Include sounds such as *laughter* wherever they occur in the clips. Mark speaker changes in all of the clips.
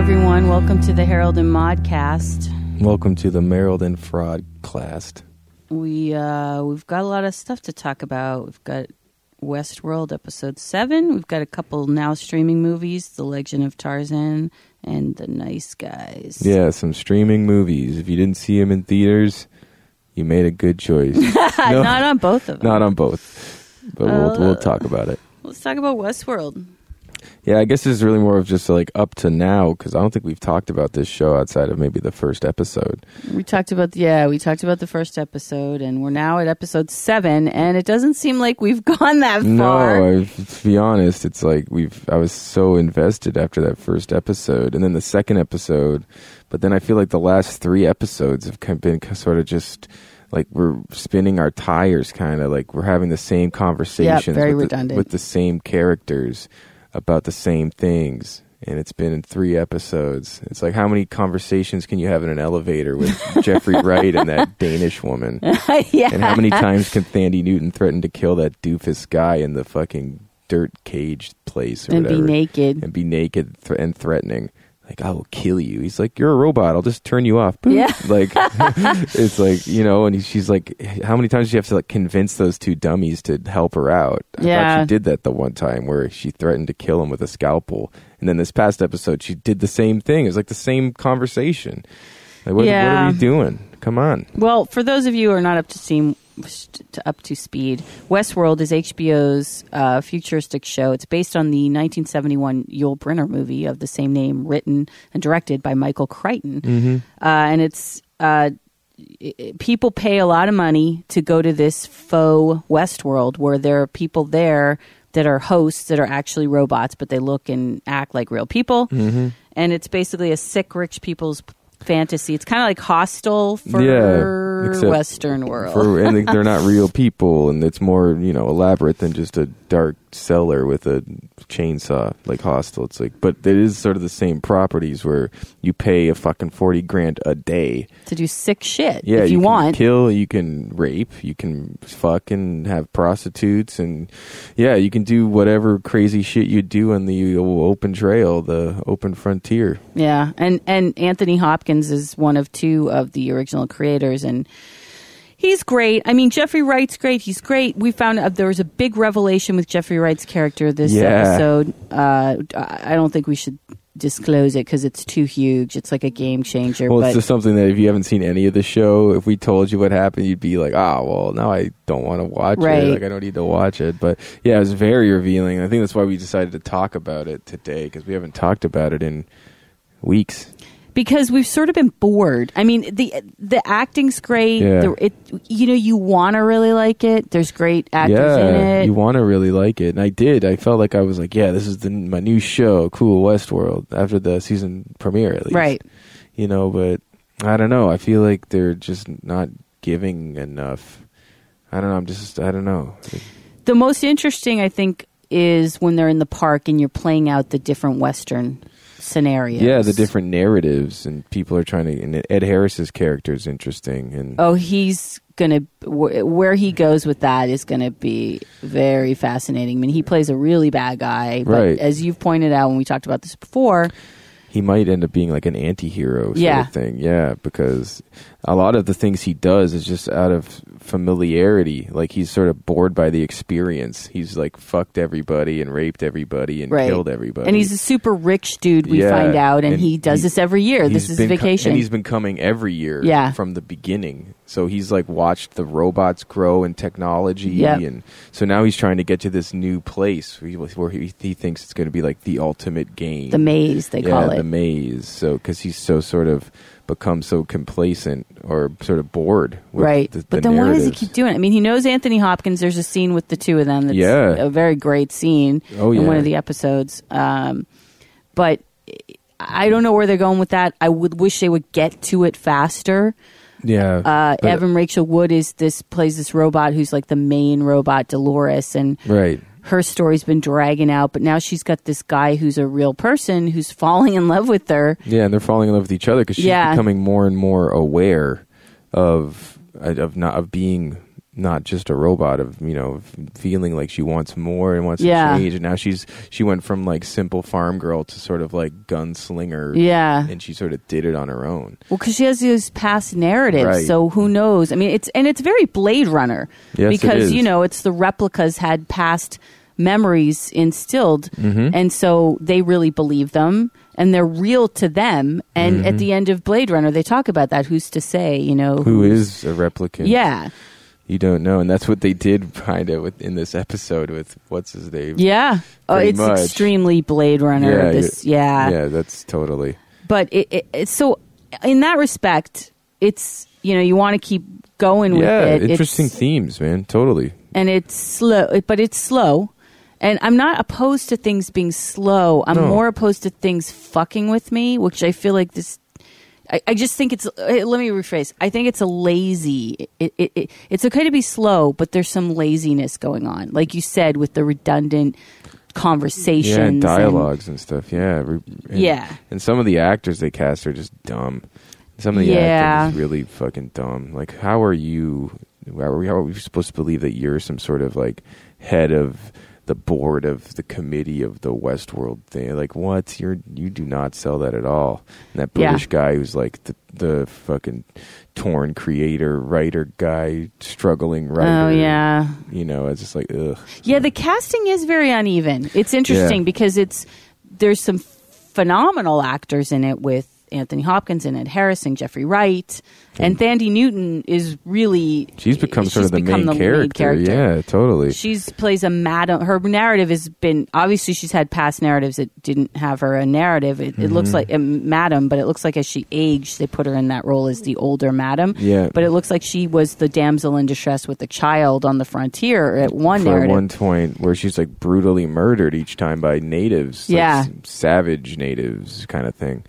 Speaker 1: everyone. Welcome to the Herald and Modcast.
Speaker 2: Welcome to the Merrill and Fraud class.
Speaker 1: We uh, we've got a lot of stuff to talk about. We've got Westworld episode seven. We've got a couple now streaming movies: The Legend of Tarzan and The Nice Guys. *laughs*
Speaker 2: Yeah, some streaming movies. If you didn't see them in theaters, you made a good choice. No,
Speaker 1: Not on both of them.
Speaker 2: not on both, but we'll we'll talk about it.
Speaker 1: Let's talk about Westworld.
Speaker 2: Yeah, I guess this is really more of just like up to now because I don't think we've talked about this show outside of maybe the first episode.
Speaker 1: We talked about yeah, we talked about the first episode, and we're now at episode seven, and it doesn't seem like we've *laughs* gone that far.
Speaker 2: No, I, to be honest, it's like we've. I was so invested after that first episode, and then the second episode, but then I feel like the last three episodes have kind of been k- sort of just like we're spinning our tires, kind of like we're having the same conversations,
Speaker 1: very
Speaker 2: with, The,
Speaker 1: redundant.
Speaker 2: with the same characters about the same things. And it's been in three episodes. It's like how many conversations can you have in an
Speaker 1: *laughs*
Speaker 2: elevator with Jeffrey Wright and that Danish woman?
Speaker 1: yeah,
Speaker 2: And
Speaker 1: *laughs*
Speaker 2: how many times can Thandi Newton threaten to kill that doofus guy in the fucking dirt caged place or
Speaker 1: and be
Speaker 2: whatever?
Speaker 1: naked.
Speaker 2: and be naked th- and threatening. Like, I will kill you. He's like, You're a robot. I'll just turn you off. Boop.
Speaker 1: Yeah.
Speaker 2: *laughs* Like, it's like, you know, and he- she's like, How many times do you have to like convince those two dummies to help her out? I thought
Speaker 1: Yeah.
Speaker 2: she did that the one time where she threatened to kill him with a scalpel. And then this past episode, she did the same thing. It was like the same conversation. Like, what,
Speaker 1: Yeah.
Speaker 2: what are you doing? Come on.
Speaker 1: Well, for those of you who are not up to steam, to up to speed, Westworld is HBO's uh, futuristic show. It's based on the 1971 Yul Brynner movie of the same name, written and directed by Michael Crichton, uh, and it's. Uh, i- i- People pay a lot of money to go to this faux Westworld where there are people there that are hosts that are actually robots, but they look and act like real people. Mm-hmm. And it's basically a sick rich people's fantasy. It's kind of like hostile for
Speaker 2: except
Speaker 1: Western world.
Speaker 2: For, and they- they're not
Speaker 1: *laughs*
Speaker 2: real people, and it's more you know elaborate than just a dark cellar with a chainsaw like hostile. It's like, but it is sort of the same properties where you pay a fucking forty grand a day.
Speaker 1: to do sick shit
Speaker 2: Yeah,
Speaker 1: if you,
Speaker 2: can
Speaker 1: want.
Speaker 2: kill, you can rape, you can fuck and have prostitutes, and yeah, you can do whatever crazy shit you do on the open trail, the open frontier.
Speaker 1: Yeah, and and Anthony Hopkins is one of two of the original creators, and he's great. I mean, Jeffrey Wright's great. He's great. We found out there was a big revelation with Jeffrey Wright's character this
Speaker 2: Yeah.
Speaker 1: episode. Uh, I I don't think we should disclose it because it's too huge. It's like a game changer.
Speaker 2: Well,
Speaker 1: but
Speaker 2: it's just something that if you haven't seen any of the show, if we told you what happened, you'd be like, "Ah, well, now I don't want to watch
Speaker 1: Right.
Speaker 2: it. Like, I don't need to watch it." But yeah, it was very revealing. I think that's why we decided to talk about it today because we haven't talked about it in weeks.
Speaker 1: because we've sort of been bored. I mean, the the acting's great.
Speaker 2: Yeah.
Speaker 1: The, it you know you want to really like it. There's great actors in
Speaker 2: yeah,
Speaker 1: it.
Speaker 2: you want to really like it, and I did. I felt like I was like, "Yeah, this is the, my new show, Cool Westworld." After the season premiere, at least,
Speaker 1: Right.
Speaker 2: You know, but I don't know. I feel like they're just not giving enough. I don't know. I'm just. I don't know.
Speaker 1: The most interesting, I think, is when they're in the park and you're playing out the different Western scenarios.
Speaker 2: Yeah, the different narratives and people are trying to. And Ed Harris's character is interesting, and
Speaker 1: Oh, he's gonna wh- where he goes with that is gonna be very fascinating. I mean, he plays a really bad guy, but
Speaker 2: Right.
Speaker 1: as you've pointed out when we talked about this before,
Speaker 2: he might end up being like an anti-hero sort
Speaker 1: Yeah.
Speaker 2: of thing. Yeah, because a lot of the things he does is just out of familiarity. Like he's sort of bored by the experience. He's like fucked everybody and raped everybody and
Speaker 1: right?
Speaker 2: killed everybody.
Speaker 1: and he's a super rich dude. We
Speaker 2: Yeah,
Speaker 1: find out, and,
Speaker 2: and
Speaker 1: he does
Speaker 2: he-
Speaker 1: this every year.
Speaker 2: He's
Speaker 1: This is
Speaker 2: been co-
Speaker 1: vacation.
Speaker 2: and he's been coming every year
Speaker 1: Yeah.
Speaker 2: from the beginning. So he's like watched the robots grow and technology,
Speaker 1: Yep.
Speaker 2: and so now he's trying to get to this new place where he, where he, he thinks it's going to be like the ultimate game,
Speaker 1: the maze, they
Speaker 2: yeah,
Speaker 1: call it.
Speaker 2: the maze. So because he's so sort of become so complacent or sort of bored, with
Speaker 1: right.
Speaker 2: the- the
Speaker 1: but then why does he
Speaker 2: narratives.
Speaker 1: keep doing it? I mean, he knows Anthony Hopkins. There's a scene with the two of them that's
Speaker 2: Yeah.
Speaker 1: a very great scene
Speaker 2: Oh,
Speaker 1: in
Speaker 2: yeah.
Speaker 1: one of the episodes. Um, but I don't know where they're going with that. I would wish they would get to it faster.
Speaker 2: Yeah,
Speaker 1: Uh,
Speaker 2: but-
Speaker 1: Evan Rachel Wood is this plays this robot who's like the main robot, Dolores, and
Speaker 2: right.
Speaker 1: her story's been dragging out. But now she's got this guy who's a real person who's *laughs* falling in love with her.
Speaker 2: Yeah, and they're falling in love with each other because she's
Speaker 1: Yeah.
Speaker 2: becoming more and more aware of of not of being not just a robot of you know f- feeling like she wants more and wants
Speaker 1: Yeah.
Speaker 2: to change and now she's she went from like simple farm girl to sort of like gunslinger
Speaker 1: Yeah.
Speaker 2: and she sort of did it on her own
Speaker 1: Well, because she has these past narratives,
Speaker 2: Right.
Speaker 1: so who knows? I mean, it's and it's very Blade Runner
Speaker 2: Yes, it
Speaker 1: because
Speaker 2: is.
Speaker 1: you know it's the replicas had past memories instilled,
Speaker 2: Mm-hmm.
Speaker 1: and so they really believe them and they're real to them. And at the end of Blade Runner, they talk about that. Who's to say? You know
Speaker 2: Mm-hmm. who is a replicant
Speaker 1: Yeah,
Speaker 2: you don't know and that's what they did *laughs* kind of with in this episode with what's his name
Speaker 1: yeah. Oh,
Speaker 2: Pretty
Speaker 1: it's
Speaker 2: much.
Speaker 1: extremely Blade Runner.
Speaker 2: Yeah,
Speaker 1: this, yeah,
Speaker 2: yeah that's totally
Speaker 1: but it, it, it's so in that respect, it's you know you want to keep going
Speaker 2: yeah
Speaker 1: with it. It's-
Speaker 2: interesting themes man totally
Speaker 1: and it's slow, but it's slow. And I'm not opposed to things being slow. I'm
Speaker 2: No.
Speaker 1: more opposed to things fucking with me, which I feel like this. I, I just think it's. eh, Let me rephrase. I think it's a lazy. It, it, it, it's okay to be slow, but there's some laziness going on, like you said, with the redundant conversations,
Speaker 2: yeah and
Speaker 1: and-
Speaker 2: dialogues and, stuff yeah re- and,
Speaker 1: Yeah.
Speaker 2: and some of the actors they cast are just dumb some of the
Speaker 1: Yeah.
Speaker 2: acting is really fucking dumb like how are you how are, we, how are we supposed to believe that you're some sort of like head of the board of the committee of the Westworld thing, like what? You're you do not sell that at all. And that
Speaker 1: Yeah.
Speaker 2: British guy who's like the the fucking torn creator, writer guy, struggling
Speaker 1: Oh
Speaker 2: writer.
Speaker 1: yeah,
Speaker 2: you know, it's just like ugh.
Speaker 1: yeah. The casting is very uneven. It's interesting
Speaker 2: Yeah.
Speaker 1: because it's there's some phenomenal actors in it with Anthony Hopkins and Ed Harris and Jeffrey Wright, and Thandi Newton is really
Speaker 2: She's become sort of the,
Speaker 1: become
Speaker 2: main, character. Yeah, totally.
Speaker 1: She's plays a madam. Her narrative has been obviously she's had past narratives that didn't have her a narrative. It, it
Speaker 2: Mm-hmm.
Speaker 1: looks like a madam, but it looks like as she aged, they put her in that role as the older madam.
Speaker 2: Yeah.
Speaker 1: but it looks like she was the damsel in distress with the child on the frontier at one
Speaker 2: for
Speaker 1: narrative.
Speaker 2: one point where she's like brutally murdered each time by natives, like,
Speaker 1: Yeah.
Speaker 2: s- savage natives kind of thing,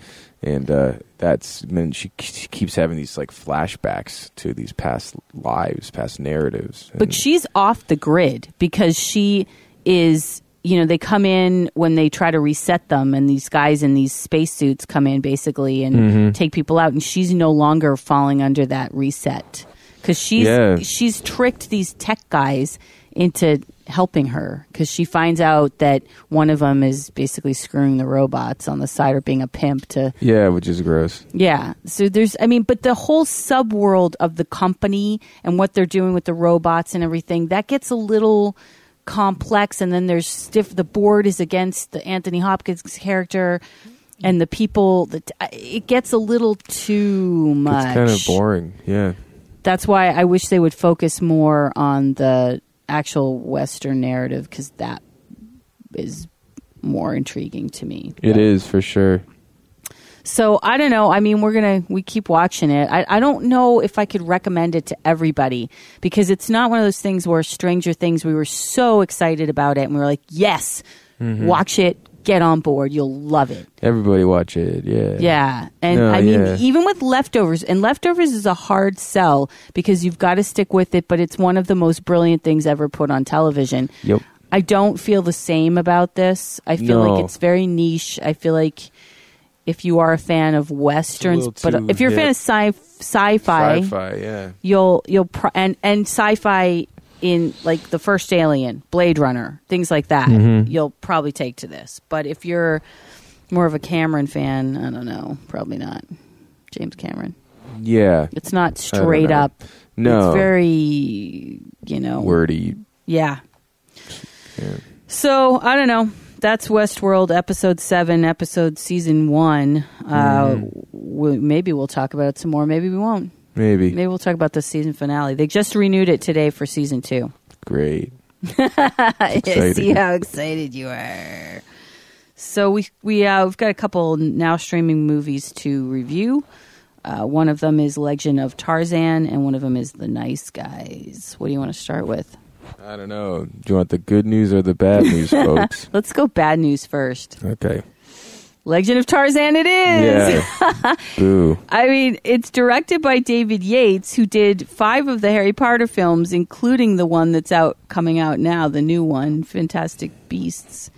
Speaker 2: and uh, that's meant she, k- she keeps having these like flashbacks to these past lives, past narratives.
Speaker 1: But she's off the grid because she is, you know, they come in when they try to reset them, and these guys in these spacesuits come in basically and take people out, and she's no longer falling under that reset because she's
Speaker 2: Yeah.
Speaker 1: she's tricked these tech guys into helping her because she finds out that one of them is basically screwing the robots on the side or being a pimp to
Speaker 2: yeah, which is gross.
Speaker 1: yeah. So there's, I mean, but the whole subworld of the company and what they're doing with the robots and everything, that gets a little complex. And then there's stiff, the board is against the Anthony Hopkins character and the people that it gets a little too much.
Speaker 2: It's kind of boring. Yeah,
Speaker 1: That's why I wish they would focus more on the actual Western narrative because that is more intriguing to me.
Speaker 2: it is for sure.
Speaker 1: So I don't know. I mean, we're gonna we keep watching it. I, I don't know if I could recommend it to everybody because it's not one of those things where Stranger Things we were so excited about it and we were like, yes,
Speaker 2: Mm-hmm.
Speaker 1: watch it, get on board, you'll love it.
Speaker 2: Everybody watch it. Yeah,
Speaker 1: Yeah, and
Speaker 2: No,
Speaker 1: I mean,
Speaker 2: yeah.
Speaker 1: even with leftovers, and leftovers is a hard sell because you've got to stick with it. But it's one of the most brilliant things ever put on television.
Speaker 2: Yep.
Speaker 1: I don't feel the same about this. I feel
Speaker 2: No.
Speaker 1: like it's very niche. I feel like if you are a fan of westerns,
Speaker 2: little
Speaker 1: but uh,
Speaker 2: too
Speaker 1: if you're a fan of
Speaker 2: hip.
Speaker 1: sci sci-fi,
Speaker 2: Sci-fi. Yeah,
Speaker 1: you'll you'll pr- and and sci-fi in like the first Alien, Blade Runner, things like that,
Speaker 2: Mm-hmm.
Speaker 1: you'll probably take to this. But if you're more of a Cameron fan, I don't know, probably not. James Cameron.
Speaker 2: yeah.
Speaker 1: It's not
Speaker 2: I don't
Speaker 1: straight
Speaker 2: know.
Speaker 1: up.
Speaker 2: No,
Speaker 1: It's very, you know,
Speaker 2: wordy.
Speaker 1: yeah.
Speaker 2: Yeah.
Speaker 1: So I don't know. That's Westworld episode seven, episode season one. Uh,
Speaker 2: Mm-hmm.
Speaker 1: we, maybe we'll talk about it some more. Maybe we won't.
Speaker 2: Maybe.
Speaker 1: Maybe we'll talk about the season finale. They just renewed it today for season two.
Speaker 2: great.
Speaker 1: See
Speaker 2: exciting.
Speaker 1: how excited you are. So we we uh, we've got a couple now streaming movies to review. Uh, one of them is Legend of Tarzan, and one of them is The Nice Guys. What do you want to start with?
Speaker 2: I don't
Speaker 1: *laughs*
Speaker 2: know. Do you want the good news or the bad news, folks?
Speaker 1: Let's go bad news first.
Speaker 2: Okay.
Speaker 1: Legend of Tarzan it is.
Speaker 2: Yeah. *laughs* Boo.
Speaker 1: *laughs* I mean, it's directed by David Yates, who did five of the Harry Potter films, including the one that's out coming out now, the new one, Fantastic Beasts.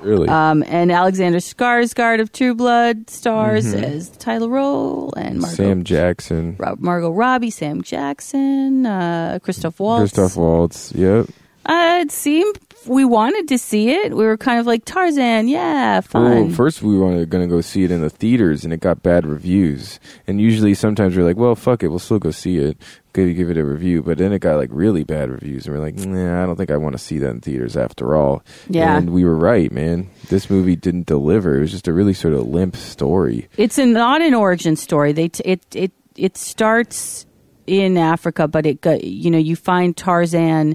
Speaker 2: Really?
Speaker 1: Um, and Alexander Skarsgård of True Blood stars as the title role, and Margot,
Speaker 2: Mm-hmm. Sam Jackson.
Speaker 1: Rob, Margot Robbie, Sam Jackson, uh, Christoph Waltz.
Speaker 2: Christoph Waltz. Yep.
Speaker 1: Uh, it seemed we wanted to see it. We were kind of like Tarzan, yeah,
Speaker 2: Well,
Speaker 1: fun.
Speaker 2: first we were going to go see it in the theaters, and it got bad reviews. And usually, sometimes we're like, "Well, fuck it, we'll still go see it, Gonna give it a review." But then it got like really bad reviews, and we're like, "Nah, I don't think I want to see that in theaters after all."
Speaker 1: Yeah.
Speaker 2: and we were right, man. This movie didn't deliver. It was just a really sort of limp story.
Speaker 1: It's an, not an origin story. They t- it it it starts in Africa, but it go, you know you find Tarzan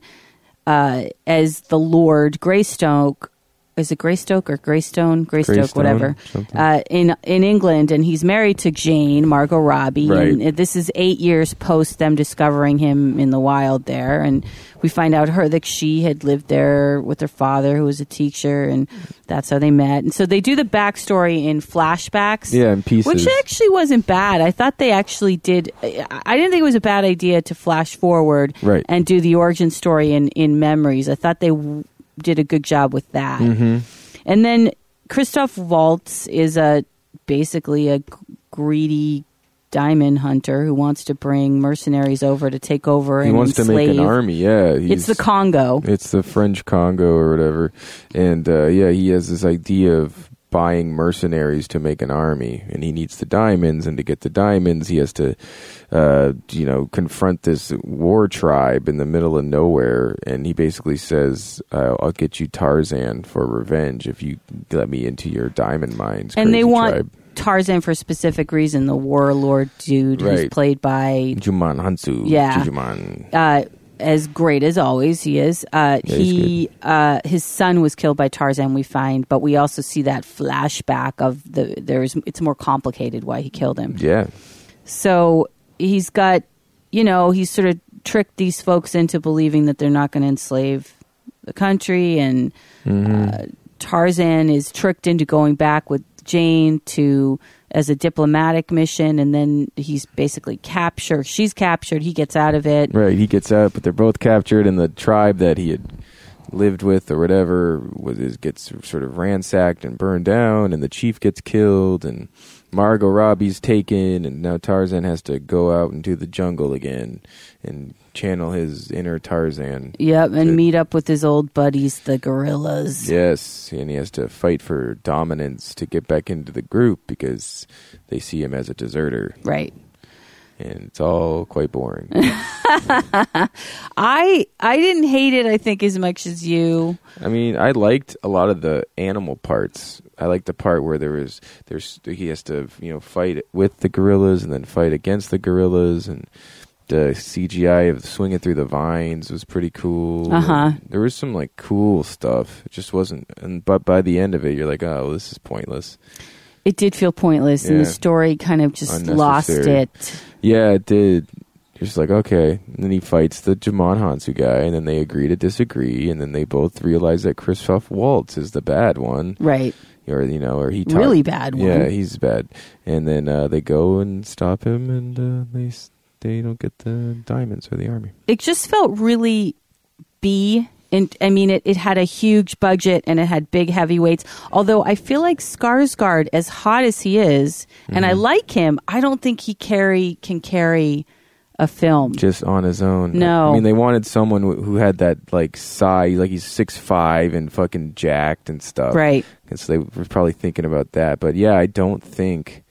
Speaker 1: uh, as the Lord Greystoke. Is it Greystoke or Greystone? Greystoke,
Speaker 2: Greystone,
Speaker 1: whatever.
Speaker 2: something.
Speaker 1: Uh, in in England, and he's married to Jane Margot Robbie.
Speaker 2: Right.
Speaker 1: And this is eight years post them discovering him in the wild there, and we find out her that she had lived there with her father, who was a teacher, and that's how they met. And so they do the backstory in flashbacks.
Speaker 2: Yeah, in pieces.
Speaker 1: Which actually wasn't bad. I thought they actually did. I I didn't think it was a bad idea to flash forward
Speaker 2: Right.
Speaker 1: and do the origin story in, in memories. I thought they w- did a good job with that.
Speaker 2: Mm-hmm.
Speaker 1: And then Christoph Waltz is a basically a g- greedy diamond hunter who wants to bring mercenaries over to take over
Speaker 2: He
Speaker 1: and
Speaker 2: wants to make an
Speaker 1: enslave-
Speaker 2: army. Yeah,
Speaker 1: It's
Speaker 2: he's-
Speaker 1: the Congo.
Speaker 2: It's the French Congo or whatever. And uh, yeah, he has this idea of buying mercenaries to make an army, and he needs the diamonds. And to get the diamonds, he has to, uh, you know, confront this war tribe in the middle of nowhere. And he basically says, uh, "I'll get you Tarzan for revenge if you let me into your diamond mines."
Speaker 1: and they
Speaker 2: crazy
Speaker 1: want
Speaker 2: tribe.
Speaker 1: Tarzan for a specific reason. The warlord dude who's
Speaker 2: Right.
Speaker 1: played by
Speaker 2: Juman Hansu.
Speaker 1: Yeah.
Speaker 2: Jujuman.
Speaker 1: uh, as great as always he is. Uh,
Speaker 2: Yeah, he's
Speaker 1: he uh, his son was killed by Tarzan. We find, but we also see that flashback of the there's it's more complicated why he killed him.
Speaker 2: Yeah.
Speaker 1: So he's got you know he's sort of tricked these folks into believing that they're not going to enslave the country and.
Speaker 2: Mm-hmm.
Speaker 1: Uh, Tarzan is tricked into going back with Jane to as a diplomatic mission, and then he's basically captured. She's captured. He gets out of it.
Speaker 2: Right, he gets out, but they're both captured, and the tribe that he had lived with or whatever was is, gets sort of ransacked and burned down, and the chief gets killed, and Margot Robbie's taken, and now Tarzan has to go out into the jungle again and channel his inner Tarzan.
Speaker 1: Yep, and
Speaker 2: Good.
Speaker 1: meet up with his old buddies, the gorillas.
Speaker 2: Yes, and he has to fight for dominance to get back into the group because they see him as a deserter,
Speaker 1: Right.
Speaker 2: and it's all quite boring.
Speaker 1: I I didn't hate it. I think as much as you.
Speaker 2: I mean, I liked a lot of the animal parts. I liked the part where there was there's he has to you know fight with the gorillas and then fight against the gorillas and the CGI of swinging through the vines was pretty cool.
Speaker 1: Uh-huh.
Speaker 2: And There was some like cool stuff. It just wasn't. And but by the end of it, you're like, oh, well, this is pointless.
Speaker 1: It did feel pointless, and the
Speaker 2: Yeah.
Speaker 1: story kind of just lost
Speaker 2: Unnecessary.
Speaker 1: it.
Speaker 2: Yeah, it did. You're just like, okay. And then he fights the Jamon Hansu guy, and then they agree to disagree, and then they both realize that Christoph Waltz is the bad one,
Speaker 1: Right.
Speaker 2: or you know, or he tar-
Speaker 1: Really bad one.
Speaker 2: Yeah, he's bad. And then uh, they go and stop him, and uh, they s- they don't get the diamonds or the army.
Speaker 1: it just felt really B. And I mean, it, it had a huge budget and it had big heavyweights. Although I feel like Skarsgård, as hot as he is, and
Speaker 2: Mm-hmm.
Speaker 1: I like him, I don't think he carry can carry a film.
Speaker 2: Just on his own.
Speaker 1: No.
Speaker 2: I mean they wanted someone wh- who had that like size, like he's six five and fucking jacked and stuff.
Speaker 1: Right.
Speaker 2: And so they were probably thinking about that. But yeah, I don't think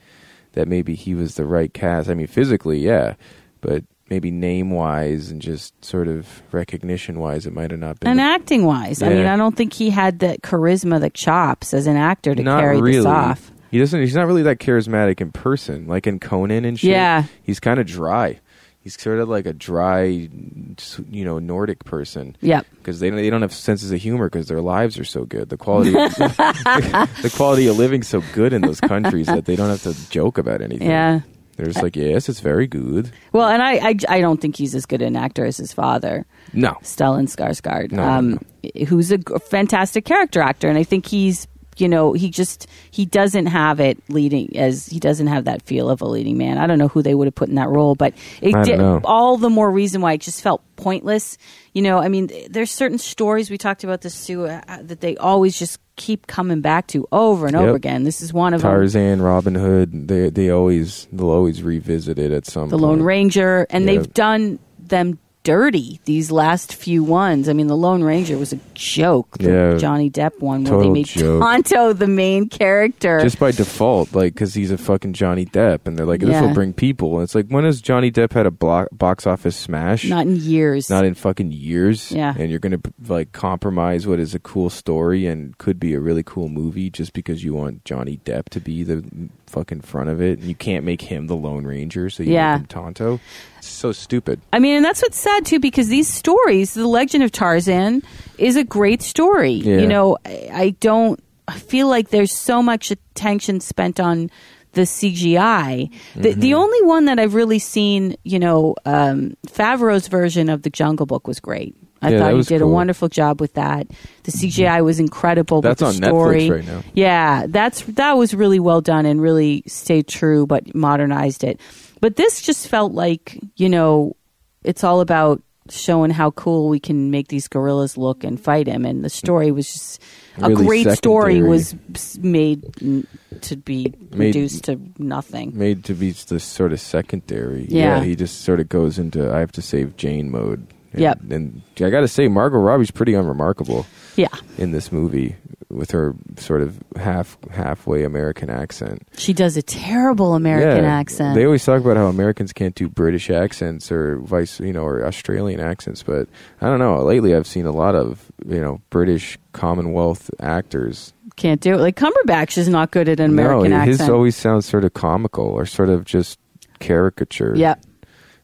Speaker 2: that maybe he was the right cast. I mean, physically, yeah, but maybe name wise and just sort of recognition wise, it might have not been.
Speaker 1: And
Speaker 2: the-
Speaker 1: acting wise, I
Speaker 2: Yeah.
Speaker 1: mean, I don't think he had the charisma, the chops as an actor to
Speaker 2: not
Speaker 1: carry
Speaker 2: really.
Speaker 1: this off.
Speaker 2: He doesn't. He's not really that charismatic in person, like in Conan and shit.
Speaker 1: Yeah.
Speaker 2: he's kind of dry. He's sort of like a dry, you know, Nordic person.
Speaker 1: Yep.
Speaker 2: Because they don't, they don't have senses of humor because their lives are so good. The quality
Speaker 1: *laughs*
Speaker 2: of, the quality of living so good in those countries that they don't have to joke about anything.
Speaker 1: Yeah.
Speaker 2: they're just like, yes, it's very good.
Speaker 1: Well, and I, I, I don't think he's as good an actor as his father,
Speaker 2: No,
Speaker 1: Stellan Skarsgård,
Speaker 2: No,
Speaker 1: um, who's a g- fantastic character actor, and I think he's you know, he just he doesn't have it leading as he doesn't have that feel of a leading man. I don't know who they would have put in that role, but it
Speaker 2: I don't
Speaker 1: did
Speaker 2: know.
Speaker 1: all the more reason why it just felt pointless. You know, I mean, th- there's certain stories we talked about this Sue uh, that they always just keep coming back to over and
Speaker 2: Yep.
Speaker 1: over again. This is one of them.
Speaker 2: Tarzan, Robin Hood, they they always they'll always revisit it at some
Speaker 1: the Lone
Speaker 2: point.
Speaker 1: Ranger, and
Speaker 2: Yeah.
Speaker 1: they've done them dirty these last few ones. I mean, the Lone Ranger was a joke. The
Speaker 2: Yeah.
Speaker 1: Johnny Depp one where they
Speaker 2: Total
Speaker 1: made
Speaker 2: joke.
Speaker 1: Tonto the main character.
Speaker 2: Just by default, like because he's a fucking Johnny Depp, and they're like, this
Speaker 1: Yeah.
Speaker 2: will bring people. And it's like, when has Johnny Depp had a block, box office smash?
Speaker 1: not in years.
Speaker 2: Not in fucking years.
Speaker 1: Yeah.
Speaker 2: And you're gonna like compromise what is a cool story and could be a really cool movie just because you want Johnny Depp to be the fucking front of it, and you can't make him the Lone Ranger, so you
Speaker 1: Yeah.
Speaker 2: make him Tonto. It's so stupid.
Speaker 1: I mean, and that's what's sad too, because these stories, The Legend of Tarzan, is a great story.
Speaker 2: Yeah.
Speaker 1: You know, I, I don't I feel like there's so much attention spent on the CGI. The, the
Speaker 2: Mm-hmm.
Speaker 1: only one that I've really seen, you know, um, Favreau's version of The Jungle Book was great. I
Speaker 2: Yeah,
Speaker 1: thought
Speaker 2: that
Speaker 1: he
Speaker 2: was
Speaker 1: did a
Speaker 2: cool. Mm-hmm.
Speaker 1: wonderful job with that. The CGI was incredible.
Speaker 2: That's
Speaker 1: with
Speaker 2: on
Speaker 1: the
Speaker 2: Netflix
Speaker 1: story.
Speaker 2: right now.
Speaker 1: Yeah, that's that was really well done and really stayed true, but modernized it. But this just felt like you know, it's all about showing how cool we can make these gorillas look and fight him. And the story was just a
Speaker 2: Really
Speaker 1: great story
Speaker 2: secondary.
Speaker 1: was s- made n- to be
Speaker 2: Made-
Speaker 1: reduced to nothing.
Speaker 2: made to be this sort of secondary.
Speaker 1: Yeah.
Speaker 2: he just sort of goes into I have to save Jane mode. And,
Speaker 1: Yep.
Speaker 2: And I got to say, Margot Robbie's pretty unremarkable
Speaker 1: Yeah,
Speaker 2: in this movie with her sort of half halfway American accent.
Speaker 1: she does a terrible American
Speaker 2: Yeah.
Speaker 1: accent.
Speaker 2: They always talk about how Americans can't do British accents or vice, you know, or Australian accents, but I don't know. Lately, I've seen a lot of you know British Commonwealth actors
Speaker 1: Can't do it. Like Cumberbatch is not good at an American
Speaker 2: no,
Speaker 1: accent.
Speaker 2: his always sounds sort of comical or sort of just caricature.
Speaker 1: Yep.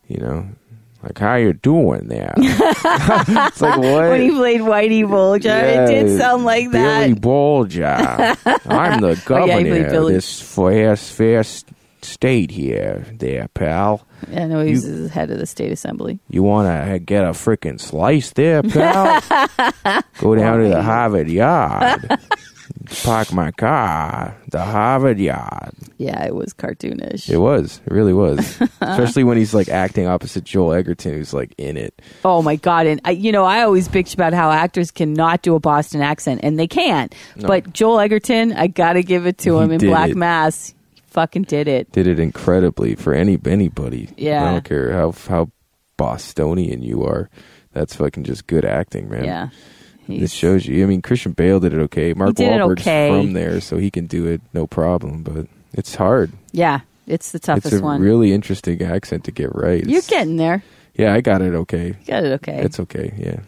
Speaker 2: you know like how you doing there *laughs* it's like what
Speaker 1: *laughs* When he played Whitey Bulger,
Speaker 2: Yeah,
Speaker 1: it did sound like that. *laughs*
Speaker 2: Billy Bulger I'm the
Speaker 1: Oh, yeah, he played
Speaker 2: governor of
Speaker 1: Billy.
Speaker 2: this fair, fair s- state here there pal
Speaker 1: I know he's the head of the state assembly.
Speaker 2: you want to get a frickin' slice there pal
Speaker 1: *laughs*
Speaker 2: go down to the Harvard yard park my car the Harvard yard
Speaker 1: Yeah, it was cartoonish.
Speaker 2: it was it
Speaker 1: *laughs*
Speaker 2: really was especially when he's like acting opposite Joel Egerton who's like in it
Speaker 1: Oh my god! And I, you know, I always bitch about how actors cannot do a Boston accent, and they can't. But Joel Egerton, I gotta give it to
Speaker 2: He
Speaker 1: him in
Speaker 2: did
Speaker 1: Black
Speaker 2: it.
Speaker 1: Mass. He fucking did it.
Speaker 2: did it incredibly for any anybody.
Speaker 1: Yeah.
Speaker 2: I don't care how how Bostonian you are. That's fucking just good acting, man.
Speaker 1: Yeah,
Speaker 2: This shows you. I mean, Christian Bale did it okay. Mark
Speaker 1: did it
Speaker 2: Wahlberg's
Speaker 1: okay.
Speaker 2: from there, so he can do it no problem. But it's hard.
Speaker 1: yeah, it's the toughest
Speaker 2: it's a
Speaker 1: one.
Speaker 2: really interesting accent to get right.
Speaker 1: You're
Speaker 2: It's-
Speaker 1: getting there.
Speaker 2: Yeah, I got it okay.
Speaker 1: You got it okay.
Speaker 2: It's okay. Yeah.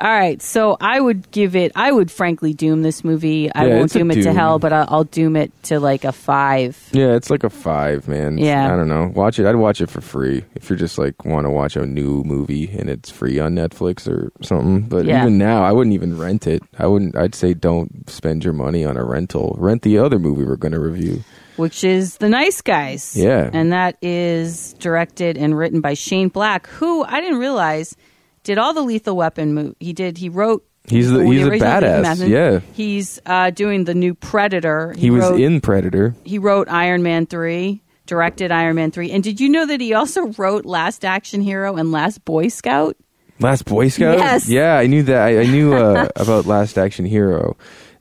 Speaker 1: All right, so I would give it. I would frankly doom this movie. I
Speaker 2: Yeah,
Speaker 1: won't
Speaker 2: it's a
Speaker 1: doom it to
Speaker 2: doom.
Speaker 1: hell, but I'll, I'll doom it to like a five.
Speaker 2: Yeah, it's like a five, man.
Speaker 1: Yeah.
Speaker 2: I don't know. Watch it. I'd watch it for free if you're just like want to watch a new movie and it's free on Netflix or something. But
Speaker 1: Yeah.
Speaker 2: even now, I wouldn't even rent it. I wouldn't. I'd say don't spend your money on a rental. Rent the other movie we're going to review.
Speaker 1: which is The Nice Guys.
Speaker 2: Yeah.
Speaker 1: And that is directed and written by Shane Black, who I didn't realize did all the Lethal Weapon movie. He did. He wrote.
Speaker 2: He's the-
Speaker 1: when he
Speaker 2: he's a
Speaker 1: originally did
Speaker 2: badass,
Speaker 1: Method,
Speaker 2: yeah.
Speaker 1: He's uh, doing the new Predator.
Speaker 2: He was
Speaker 1: wrote,
Speaker 2: in Predator.
Speaker 1: He wrote Iron Man 3, directed Iron Man 3. And did you know that he also wrote Last Action Hero and Last Boy Scout?
Speaker 2: Last Boy Scout.
Speaker 1: Yes.
Speaker 2: Yeah, I knew that. I, I knew
Speaker 1: *laughs*
Speaker 2: uh, about Last Action Hero,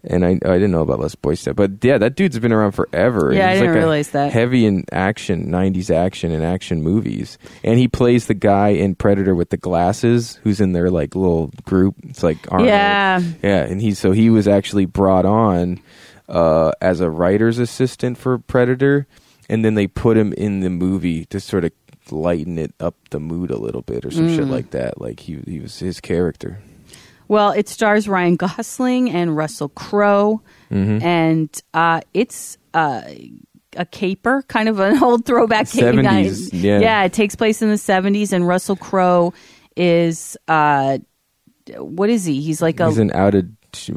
Speaker 2: and I I didn't know about Last Boy Scout. But yeah, that dude's been around forever. and
Speaker 1: Yeah, I
Speaker 2: he's
Speaker 1: didn't
Speaker 2: like a
Speaker 1: realize that.
Speaker 2: Heavy in action, '90s action and action movies, and he plays the guy in Predator with the glasses, who's in their like little group. It's like Arnold.
Speaker 1: Yeah.
Speaker 2: yeah, and he so he was actually brought on uh, as a writer's assistant for Predator, and then they put him in the movie to sort of lighten it up the mood a little bit or some
Speaker 1: Mm.
Speaker 2: shit like that. Like he he was his character.
Speaker 1: Well, it stars Ryan Gosling and Russell Crowe,
Speaker 2: Mm-hmm.
Speaker 1: and uh, it's uh, a caper, kind of an *laughs* old throwback. ca-
Speaker 2: 70s, yeah.
Speaker 1: yeah, it takes place in the seventies, and Russell Crowe is uh, what is he? He's like a
Speaker 2: He's an out of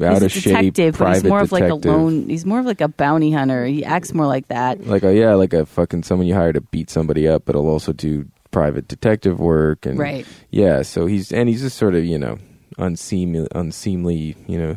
Speaker 2: out
Speaker 1: he's a
Speaker 2: of shape
Speaker 1: detective,
Speaker 2: private
Speaker 1: but he's more of like a
Speaker 2: detective.
Speaker 1: lone. He's more of like a bounty hunter. He acts more like that.
Speaker 2: like a, yeah, like a fucking someone you hire to beat somebody up, but he'll also do private detective work and
Speaker 1: Right.
Speaker 2: yeah. So he's and he's just sort of you know unseemly, unseemly you know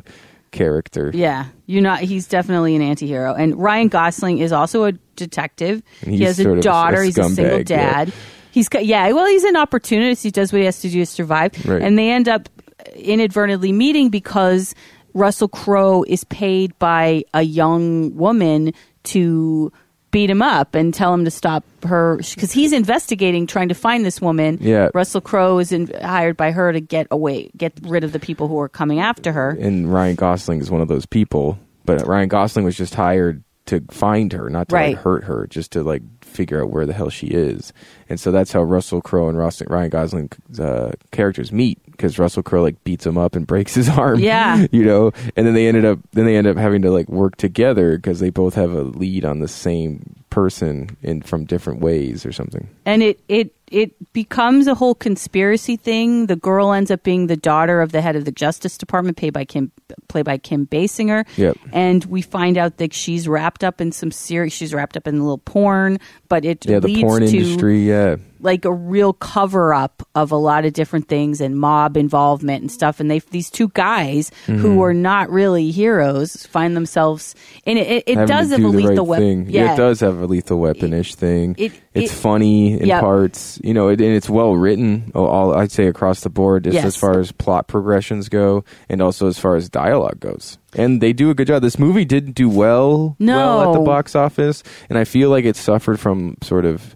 Speaker 2: character.
Speaker 1: Yeah, you not. He's definitely an antihero. And Ryan Gosling is also a detective.
Speaker 2: And
Speaker 1: He
Speaker 2: he's
Speaker 1: has a
Speaker 2: sort of a
Speaker 1: daughter. he's a single
Speaker 2: scumbag, yeah.
Speaker 1: dad. He's got, yeah. Well, he's an opportunist. He does what he has to do to survive.
Speaker 2: Right.
Speaker 1: And they end up inadvertently meeting because Russell Crowe is paid by a young woman to beat him up and tell him to stop her because he's investigating trying to find this woman
Speaker 2: Yeah.
Speaker 1: russell crowe is in, hired by her to get away get rid of the people who are coming after her
Speaker 2: And Ryan Gosling is one of those people, but Ryan Gosling was just hired to find her, not to
Speaker 1: Right.
Speaker 2: like, hurt her, just to like figure out where the hell she is. And so that's how Russell Crowe and Ross- Ryan Gosling's uh, characters meet because Russell Crowe like beats him up and breaks his *laughs* arm.
Speaker 1: Yeah.
Speaker 2: you know, and then they ended up then they end up having to like work together because they both have a lead on the same person in from different ways or something.
Speaker 1: and it it it becomes a whole conspiracy thing. The girl ends up being the daughter of the head of the Justice Department, played by Kim, played by Kim Basinger.
Speaker 2: Yep.
Speaker 1: And we find out that she's wrapped up in some serious. She's wrapped up in a little porn, but it
Speaker 2: Yeah, the
Speaker 1: leads
Speaker 2: porn
Speaker 1: to
Speaker 2: industry. Yeah,
Speaker 1: like a real cover up of a lot of different things and mob involvement and stuff. And they these two guys
Speaker 2: Mm-hmm.
Speaker 1: who are not really heroes find themselves and it. It, it
Speaker 2: Having to
Speaker 1: does have
Speaker 2: do
Speaker 1: a
Speaker 2: the
Speaker 1: lethal
Speaker 2: right
Speaker 1: weapon.
Speaker 2: Thing. it does have a lethal weapon-ish thing.
Speaker 1: it-
Speaker 2: it's
Speaker 1: it-
Speaker 2: funny in
Speaker 1: Yep.
Speaker 2: parts, you know, it, and it's well written. All, all I'd say across the board, just
Speaker 1: Yes.
Speaker 2: as far as plot progressions go, and also as far as dialogue goes. And they do a good job. This movie didn't do well,
Speaker 1: No.
Speaker 2: well at the box office, and I feel like it suffered from sort of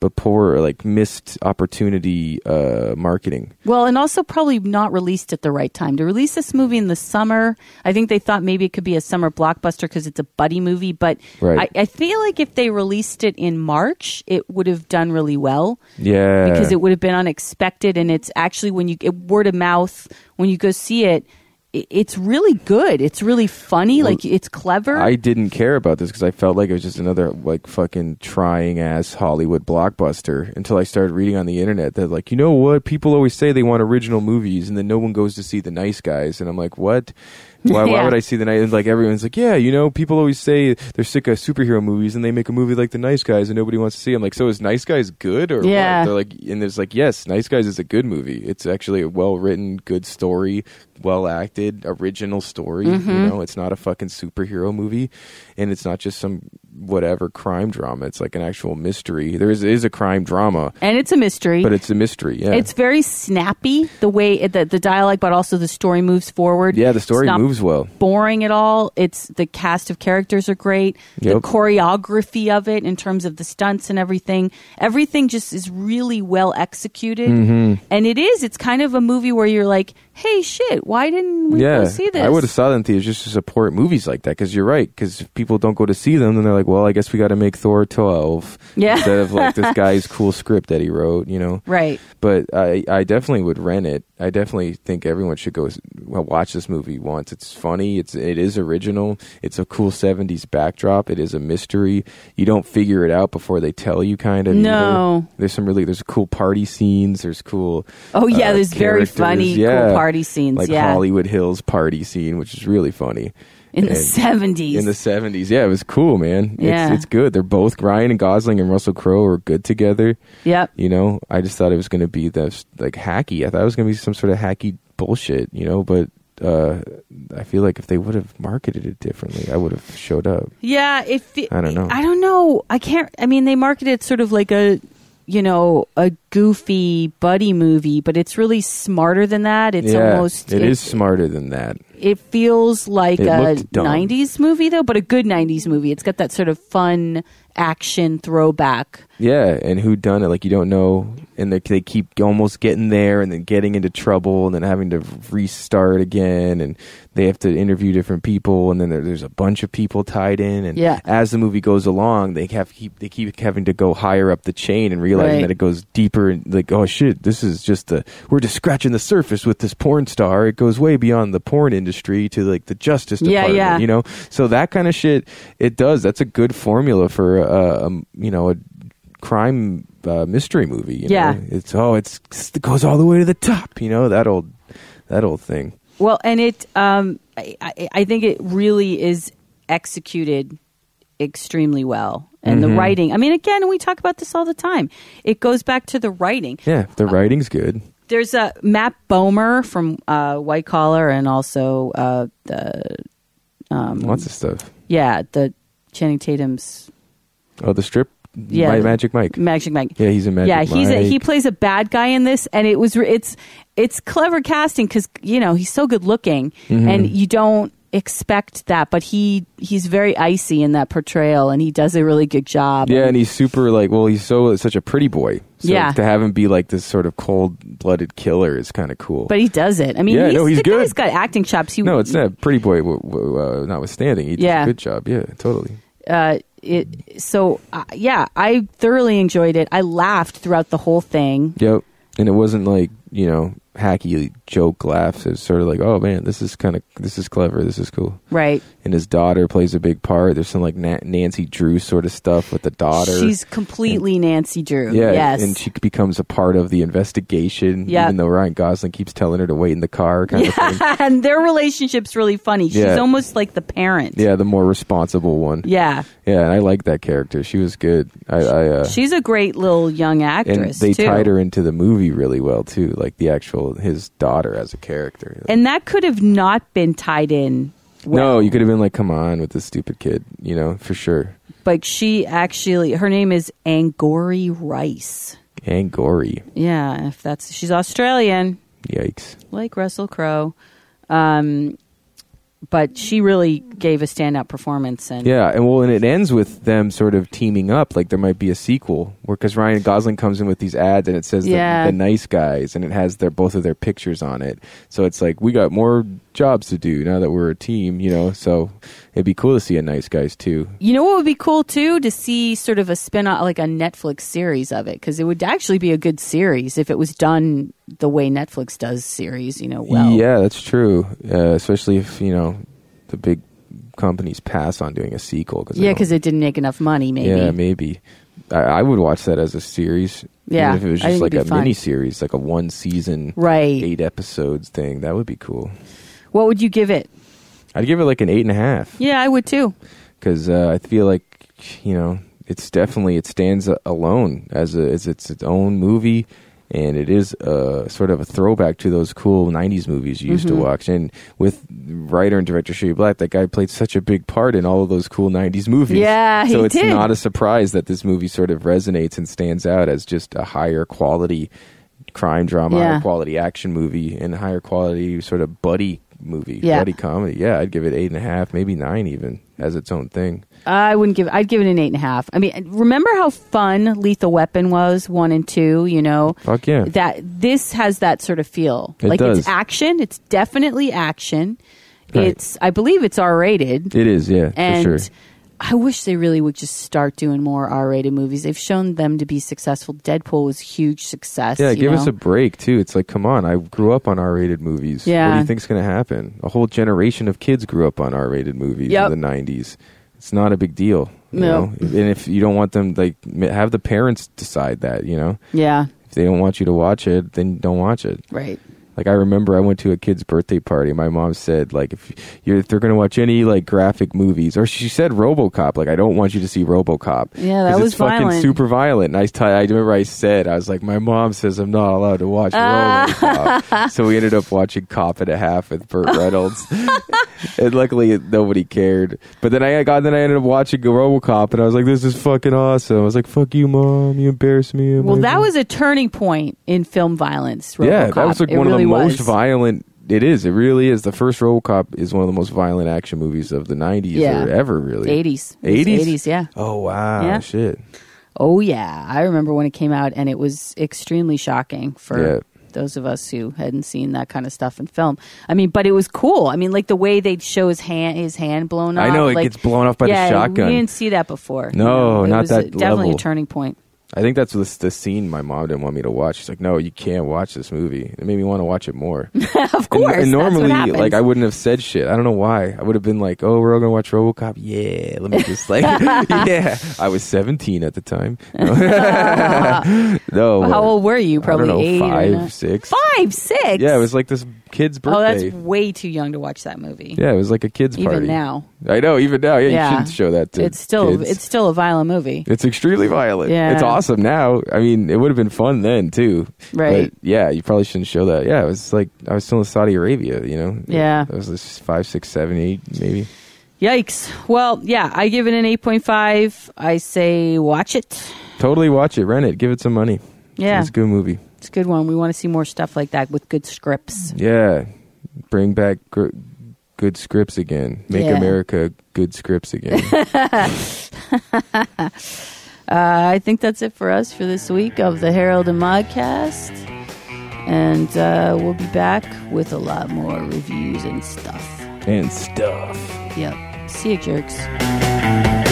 Speaker 2: but poor like missed opportunity uh marketing
Speaker 1: Well, and also probably not released at the right time. To release this movie in the summer, I think they thought maybe it could be a summer blockbuster because it's a buddy movie. But
Speaker 2: Right.
Speaker 1: I, I feel like if they released it in March, it would have done really well
Speaker 2: yeah
Speaker 1: because it would have been unexpected. And it's actually when you it, word of mouth when you go see it, i it's really good. It's really funny. like it's clever.
Speaker 2: I didn't care about this because I felt like it was just another like fucking trying ass Hollywood blockbuster until I started reading on the internet that like you know what people always say they want original movies and then no one goes to see the Nice Guys and I'm like what why, why
Speaker 1: Yeah.
Speaker 2: would I see the Nice and like everyone's like yeah you know people always say they're sick of superhero movies and they make a movie like the Nice Guys and nobody wants to see them like so is Nice Guys good or what?
Speaker 1: Yeah.
Speaker 2: They're like and it's like yes Nice Guys is a good movie it's actually a well written good story well acted original story you
Speaker 1: Mm-hmm.
Speaker 2: know it's not a fucking superhero movie and it's not just some whatever crime drama it's like an actual mystery there is, is a crime drama
Speaker 1: and it's a mystery.
Speaker 2: but it's a mystery yeah
Speaker 1: It's very snappy the way it, the, the dialogue, but also the story moves forward.
Speaker 2: yeah the story
Speaker 1: It's not
Speaker 2: moves well
Speaker 1: boring at all. It's the cast of characters are great. The
Speaker 2: Yep.
Speaker 1: choreography of it in terms of the stunts and everything. Everything just is really well executed.
Speaker 2: Mm-hmm.
Speaker 1: And it is, it's kind of a movie where you're like, hey, shit, why didn't we
Speaker 2: yeah
Speaker 1: go see this?
Speaker 2: i would have saw them theaters just to support movies like that because you're right because if people don't go to see them then they're like well i guess we got to make thor 12
Speaker 1: Yeah.
Speaker 2: instead of
Speaker 1: *laughs*
Speaker 2: like this guy's cool script that he wrote you know
Speaker 1: Right.
Speaker 2: but I, I definitely would rent it. I definitely think everyone should go s- well, watch this movie once. It's funny. It's it is original. It's a cool '70s backdrop. It is a mystery. You don't figure it out before they tell you. Kind of
Speaker 1: No.
Speaker 2: either. There's some really there's cool party scenes. There's cool. uh,
Speaker 1: Oh, yeah, there's very
Speaker 2: characters.
Speaker 1: funny, cool party scenes,
Speaker 2: Like
Speaker 1: yeah.
Speaker 2: Hollywood Hills party scene, which is really funny.
Speaker 1: In the
Speaker 2: And-
Speaker 1: 70s.
Speaker 2: in the 70s. Yeah, it was cool, man.
Speaker 1: Yeah.
Speaker 2: It's, it's good. They're both Ryan and Gosling and Russell Crowe are good together.
Speaker 1: Yep.
Speaker 2: You know, I just thought it was going to be this like hacky. I thought it was going to be some sort of hacky bullshit, you know, but uh I feel like if they would have marketed it differently, I would have showed up.
Speaker 1: Yeah, it. fe-
Speaker 2: I don't know.
Speaker 1: I don't know. I can't. I mean, they market it sort of like a, you know, a goofy buddy movie, but it's really smarter than that. It's
Speaker 2: yeah,
Speaker 1: almost
Speaker 2: it is smarter than that.
Speaker 1: It feels like
Speaker 2: It
Speaker 1: a
Speaker 2: looked dumb.
Speaker 1: 90s movie, though, but a good 90s movie. It's got that sort of fun action throwback.
Speaker 2: Yeah, and who done it? Like you don't know, and they, they keep almost getting there, and then getting into trouble, and then having to restart again, and they have to interview different people, and then there, there's a bunch of people tied in, and
Speaker 1: Yeah.
Speaker 2: as the movie goes along, they have keep they keep having to go higher up the chain and realizing
Speaker 1: Right.
Speaker 2: that it goes deeper, and like oh shit, this is just the we're just scratching the surface with this porn star. It goes way beyond the porn industry to like the justice
Speaker 1: Yeah,
Speaker 2: department,
Speaker 1: yeah.
Speaker 2: you know. So that kind of shit, it does. That's a good formula for uh, um, you know a crime uh, mystery movie. You
Speaker 1: Yeah.
Speaker 2: know? it's oh, it's it goes all the way to the top. You know that old that old thing.
Speaker 1: Well, and it, um, I, I, I think it really is executed extremely well. And
Speaker 2: Mm-hmm.
Speaker 1: the writing, I mean, again, we talk about this all the time. It goes back to the writing.
Speaker 2: Yeah, the writing's good.
Speaker 1: There's a Matt Bomer from uh, White Collar, and also uh, the um,
Speaker 2: Lots of stuff.
Speaker 1: yeah the Channing Tatum's
Speaker 2: Oh, the strip.
Speaker 1: Yeah.
Speaker 2: My, Magic Mike.
Speaker 1: Magic Mike.
Speaker 2: Yeah, he's a Magic
Speaker 1: yeah, he's a,
Speaker 2: Mike.
Speaker 1: he plays a bad guy in this, and it was re- it's it's clever casting because you know he's so good looking,
Speaker 2: Mm-hmm.
Speaker 1: and you don't expect that, but he he's very icy in that portrayal, and he does a really good job.
Speaker 2: yeah, and he's super like. Well, he's so such a pretty boy. So
Speaker 1: Yeah.
Speaker 2: To have him be like this sort of cold-blooded killer is kind of cool.
Speaker 1: but he does it. I mean,
Speaker 2: Yeah, no, he's
Speaker 1: the
Speaker 2: good.
Speaker 1: guy's got acting chops. He
Speaker 2: no, it's that pretty boy w- w- uh, notwithstanding. He did
Speaker 1: Yeah.
Speaker 2: a good job. Yeah, totally.
Speaker 1: uh, it so uh, yeah, I thoroughly enjoyed it. I laughed throughout the whole thing.
Speaker 2: Yep. And it wasn't like, you know, hacky joke laughs. It was sort of like, oh man, this is kind of this is clever. This is cool.
Speaker 1: Right,
Speaker 2: And his daughter plays a big part. There's some like Na- Nancy Drew sort of stuff with the daughter.
Speaker 1: she's completely Nancy Drew.
Speaker 2: yeah,
Speaker 1: yes,
Speaker 2: and she becomes a part of the investigation,
Speaker 1: Yeah.
Speaker 2: even though Ryan Gosling keeps telling her to wait in the car, kind of thing.
Speaker 1: *laughs* and their relationship's really funny.
Speaker 2: Yeah.
Speaker 1: She's almost like the parent.
Speaker 2: Yeah, the more responsible one.
Speaker 1: Yeah.
Speaker 2: yeah, and I like that character. She was good. I, I uh,
Speaker 1: She's a great little young
Speaker 2: and
Speaker 1: actress
Speaker 2: they
Speaker 1: too.
Speaker 2: tied her into the movie really well too, like the actual his daughter as a character.
Speaker 1: And that could have not been tied in well.
Speaker 2: No, you could have been like, "Come on with this stupid kid," you know, for sure.
Speaker 1: But she actually her name is Angori Rice.
Speaker 2: And gory,
Speaker 1: Yeah, if that's she's Australian,
Speaker 2: yikes!
Speaker 1: like Russell Crowe. Um but she really gave a standout performance and
Speaker 2: Yeah, and well, and it ends with them sort of teaming up. Like there might be a sequel, where because Ryan Gosling comes in with these ads, and it says
Speaker 1: Yeah.
Speaker 2: the, the nice guys, and it has their both of their pictures on it. So it's like we got more jobs to do now that we're a team, you know. So it'd be cool to see a nice guys too.
Speaker 1: You know what would be cool too to see sort of a spin off, like a Netflix series of it, because it would actually be a good series if it was done the way Netflix does series. You know, well,
Speaker 2: yeah, that's true. Uh, especially if you know the big companies pass on doing a sequel because
Speaker 1: yeah, because it didn't make enough money. Maybe,
Speaker 2: Yeah, maybe. I, I would watch that as a series.
Speaker 1: Yeah,
Speaker 2: Even if it was
Speaker 1: I
Speaker 2: just
Speaker 1: think
Speaker 2: like
Speaker 1: it'd
Speaker 2: a
Speaker 1: be fun.
Speaker 2: mini series, like a one season,
Speaker 1: right?
Speaker 2: eight episodes thing, that would be cool.
Speaker 1: What would you give it?
Speaker 2: I'd give it like an eight and a half
Speaker 1: Yeah, I would too.
Speaker 2: because uh, I feel like you know it's definitely it stands a- alone as a, as its its own movie, and it is uh, sort of a throwback to those cool '90s movies you used
Speaker 1: Mm-hmm.
Speaker 2: to watch. And with writer and director Shea Black, that guy played such a big part in all of those cool '90s movies.
Speaker 1: Yeah,
Speaker 2: so
Speaker 1: he
Speaker 2: it's
Speaker 1: did.
Speaker 2: not a surprise that this movie sort of resonates and stands out as just a higher quality crime drama,
Speaker 1: Yeah.
Speaker 2: higher quality action movie, and higher quality sort of buddy movie,
Speaker 1: Yeah.
Speaker 2: buddy comedy. Yeah, I'd give it eight and a half, maybe nine, even as its own thing.
Speaker 1: I wouldn't give. I'd give it an eight and a half. I mean, remember how fun Lethal Weapon was one and two? You know,
Speaker 2: Fuck yeah.
Speaker 1: that this has that sort of feel.
Speaker 2: It
Speaker 1: like
Speaker 2: does.
Speaker 1: it's action. It's definitely action.
Speaker 2: Right.
Speaker 1: It's. I believe it's R rated.
Speaker 2: It is, yeah,
Speaker 1: and
Speaker 2: for sure.
Speaker 1: I wish they really would just start doing more R-rated movies. They've shown them to be successful. Deadpool was huge success.
Speaker 2: Yeah,
Speaker 1: you
Speaker 2: give us
Speaker 1: know?
Speaker 2: a break too. It's like, come on, I grew up on R-rated movies. what do
Speaker 1: Yeah.
Speaker 2: you think's gonna happen? A whole generation of kids grew up on R-rated movies
Speaker 1: Yep.
Speaker 2: in the '90s. It's not a big deal. you
Speaker 1: No.
Speaker 2: know? and if you don't want them, like, m- have the parents decide that. You know,
Speaker 1: yeah,
Speaker 2: if they don't want you to watch it, then don't watch it.
Speaker 1: right.
Speaker 2: Like I remember, I went to a kid's birthday party. My mom said, like, if you're if they're gonna watch any like graphic movies, or she said RoboCop. Like, I don't want you to see RoboCop.
Speaker 1: Yeah, that
Speaker 2: 'Cause
Speaker 1: was
Speaker 2: it's fucking
Speaker 1: violent.
Speaker 2: super violent. And I, t- I remember I said, I was like, my mom says I'm not allowed to watch
Speaker 1: Ah.
Speaker 2: RoboCop. so we ended up watching Cop and a Half with
Speaker 1: *laughs*
Speaker 2: Burt Reynolds, and luckily nobody cared. But then I got then I ended up watching RoboCop, and I was like, this is fucking awesome. I was like, fuck you, mom, you embarrassed me. I'm
Speaker 1: Well,
Speaker 2: like-
Speaker 1: that was a turning point in film violence. RoboCop.
Speaker 2: yeah, that was like
Speaker 1: It
Speaker 2: one
Speaker 1: really
Speaker 2: of the most
Speaker 1: was.
Speaker 2: violent. It is. It really is. The first RoboCop is one of the most violent action movies of the '90s
Speaker 1: Yeah.
Speaker 2: or ever, really.
Speaker 1: 80s. It was
Speaker 2: 80s,
Speaker 1: 80s, yeah.
Speaker 2: Oh wow,
Speaker 1: Yeah.
Speaker 2: shit.
Speaker 1: Oh yeah, I remember when it came out, and it was extremely shocking for
Speaker 2: Yeah.
Speaker 1: those of us who hadn't seen that kind of stuff in film. I mean, but it was cool. I mean, like the way they'd show his hand, his hand blown off.
Speaker 2: I know, it
Speaker 1: like-
Speaker 2: gets blown off by the
Speaker 1: Yeah,
Speaker 2: shotgun.
Speaker 1: We didn't see that before.
Speaker 2: No,
Speaker 1: it
Speaker 2: not
Speaker 1: was
Speaker 2: that
Speaker 1: a- definitely
Speaker 2: level.
Speaker 1: a turning point. *laughs*
Speaker 2: I think that's the, the scene my mom didn't want me to watch. She's like, "No, you can't watch this movie." It made me want to watch it more.
Speaker 1: Of course,
Speaker 2: And, and normally,
Speaker 1: that's what
Speaker 2: like,
Speaker 1: happens.
Speaker 2: I wouldn't have said shit. I don't know why. I would have been like, "Oh, we're all gonna watch RoboCop." Yeah,
Speaker 1: *laughs*
Speaker 2: let me just like, *laughs* yeah. I was 17 at the time. *laughs* no,
Speaker 1: Well, how old were you?
Speaker 2: I don't
Speaker 1: Probably
Speaker 2: know,
Speaker 1: eight,
Speaker 2: five,
Speaker 1: or nine.
Speaker 2: six.
Speaker 1: five, six.
Speaker 2: Yeah, it was like this kid's birthday.
Speaker 1: Oh, that's way too young to watch that movie.
Speaker 2: Yeah, it was like a kids
Speaker 1: Even
Speaker 2: party.
Speaker 1: now.
Speaker 2: I know. Even now, yeah,
Speaker 1: Yeah.
Speaker 2: you shouldn't show that to.
Speaker 1: it's still
Speaker 2: kids.
Speaker 1: it's still a violent movie.
Speaker 2: It's extremely violent.
Speaker 1: Yeah.
Speaker 2: it's awesome now. I mean, it would have been fun then too.
Speaker 1: Right.
Speaker 2: But yeah, you probably shouldn't show that. Yeah, it was like I was still in Saudi Arabia. You know.
Speaker 1: Yeah.
Speaker 2: I was like five, six, seven, eight, maybe.
Speaker 1: Yikes. Well, yeah, I give it an 8.5. I say watch it.
Speaker 2: Totally watch it, rent it, give it some money.
Speaker 1: Yeah.
Speaker 2: it's a good movie.
Speaker 1: It's a good one. We want to see more stuff like that with good scripts.
Speaker 2: Yeah, bring back gr- good scripts again. Make
Speaker 1: Yeah.
Speaker 2: America good scripts
Speaker 1: *laughs*
Speaker 2: again.
Speaker 1: Uh, I think that's it for us for this week of the Herald and Modcast. And uh, we'll be back with a lot more reviews and stuff.
Speaker 2: and stuff.
Speaker 1: Yep. See you, jerks.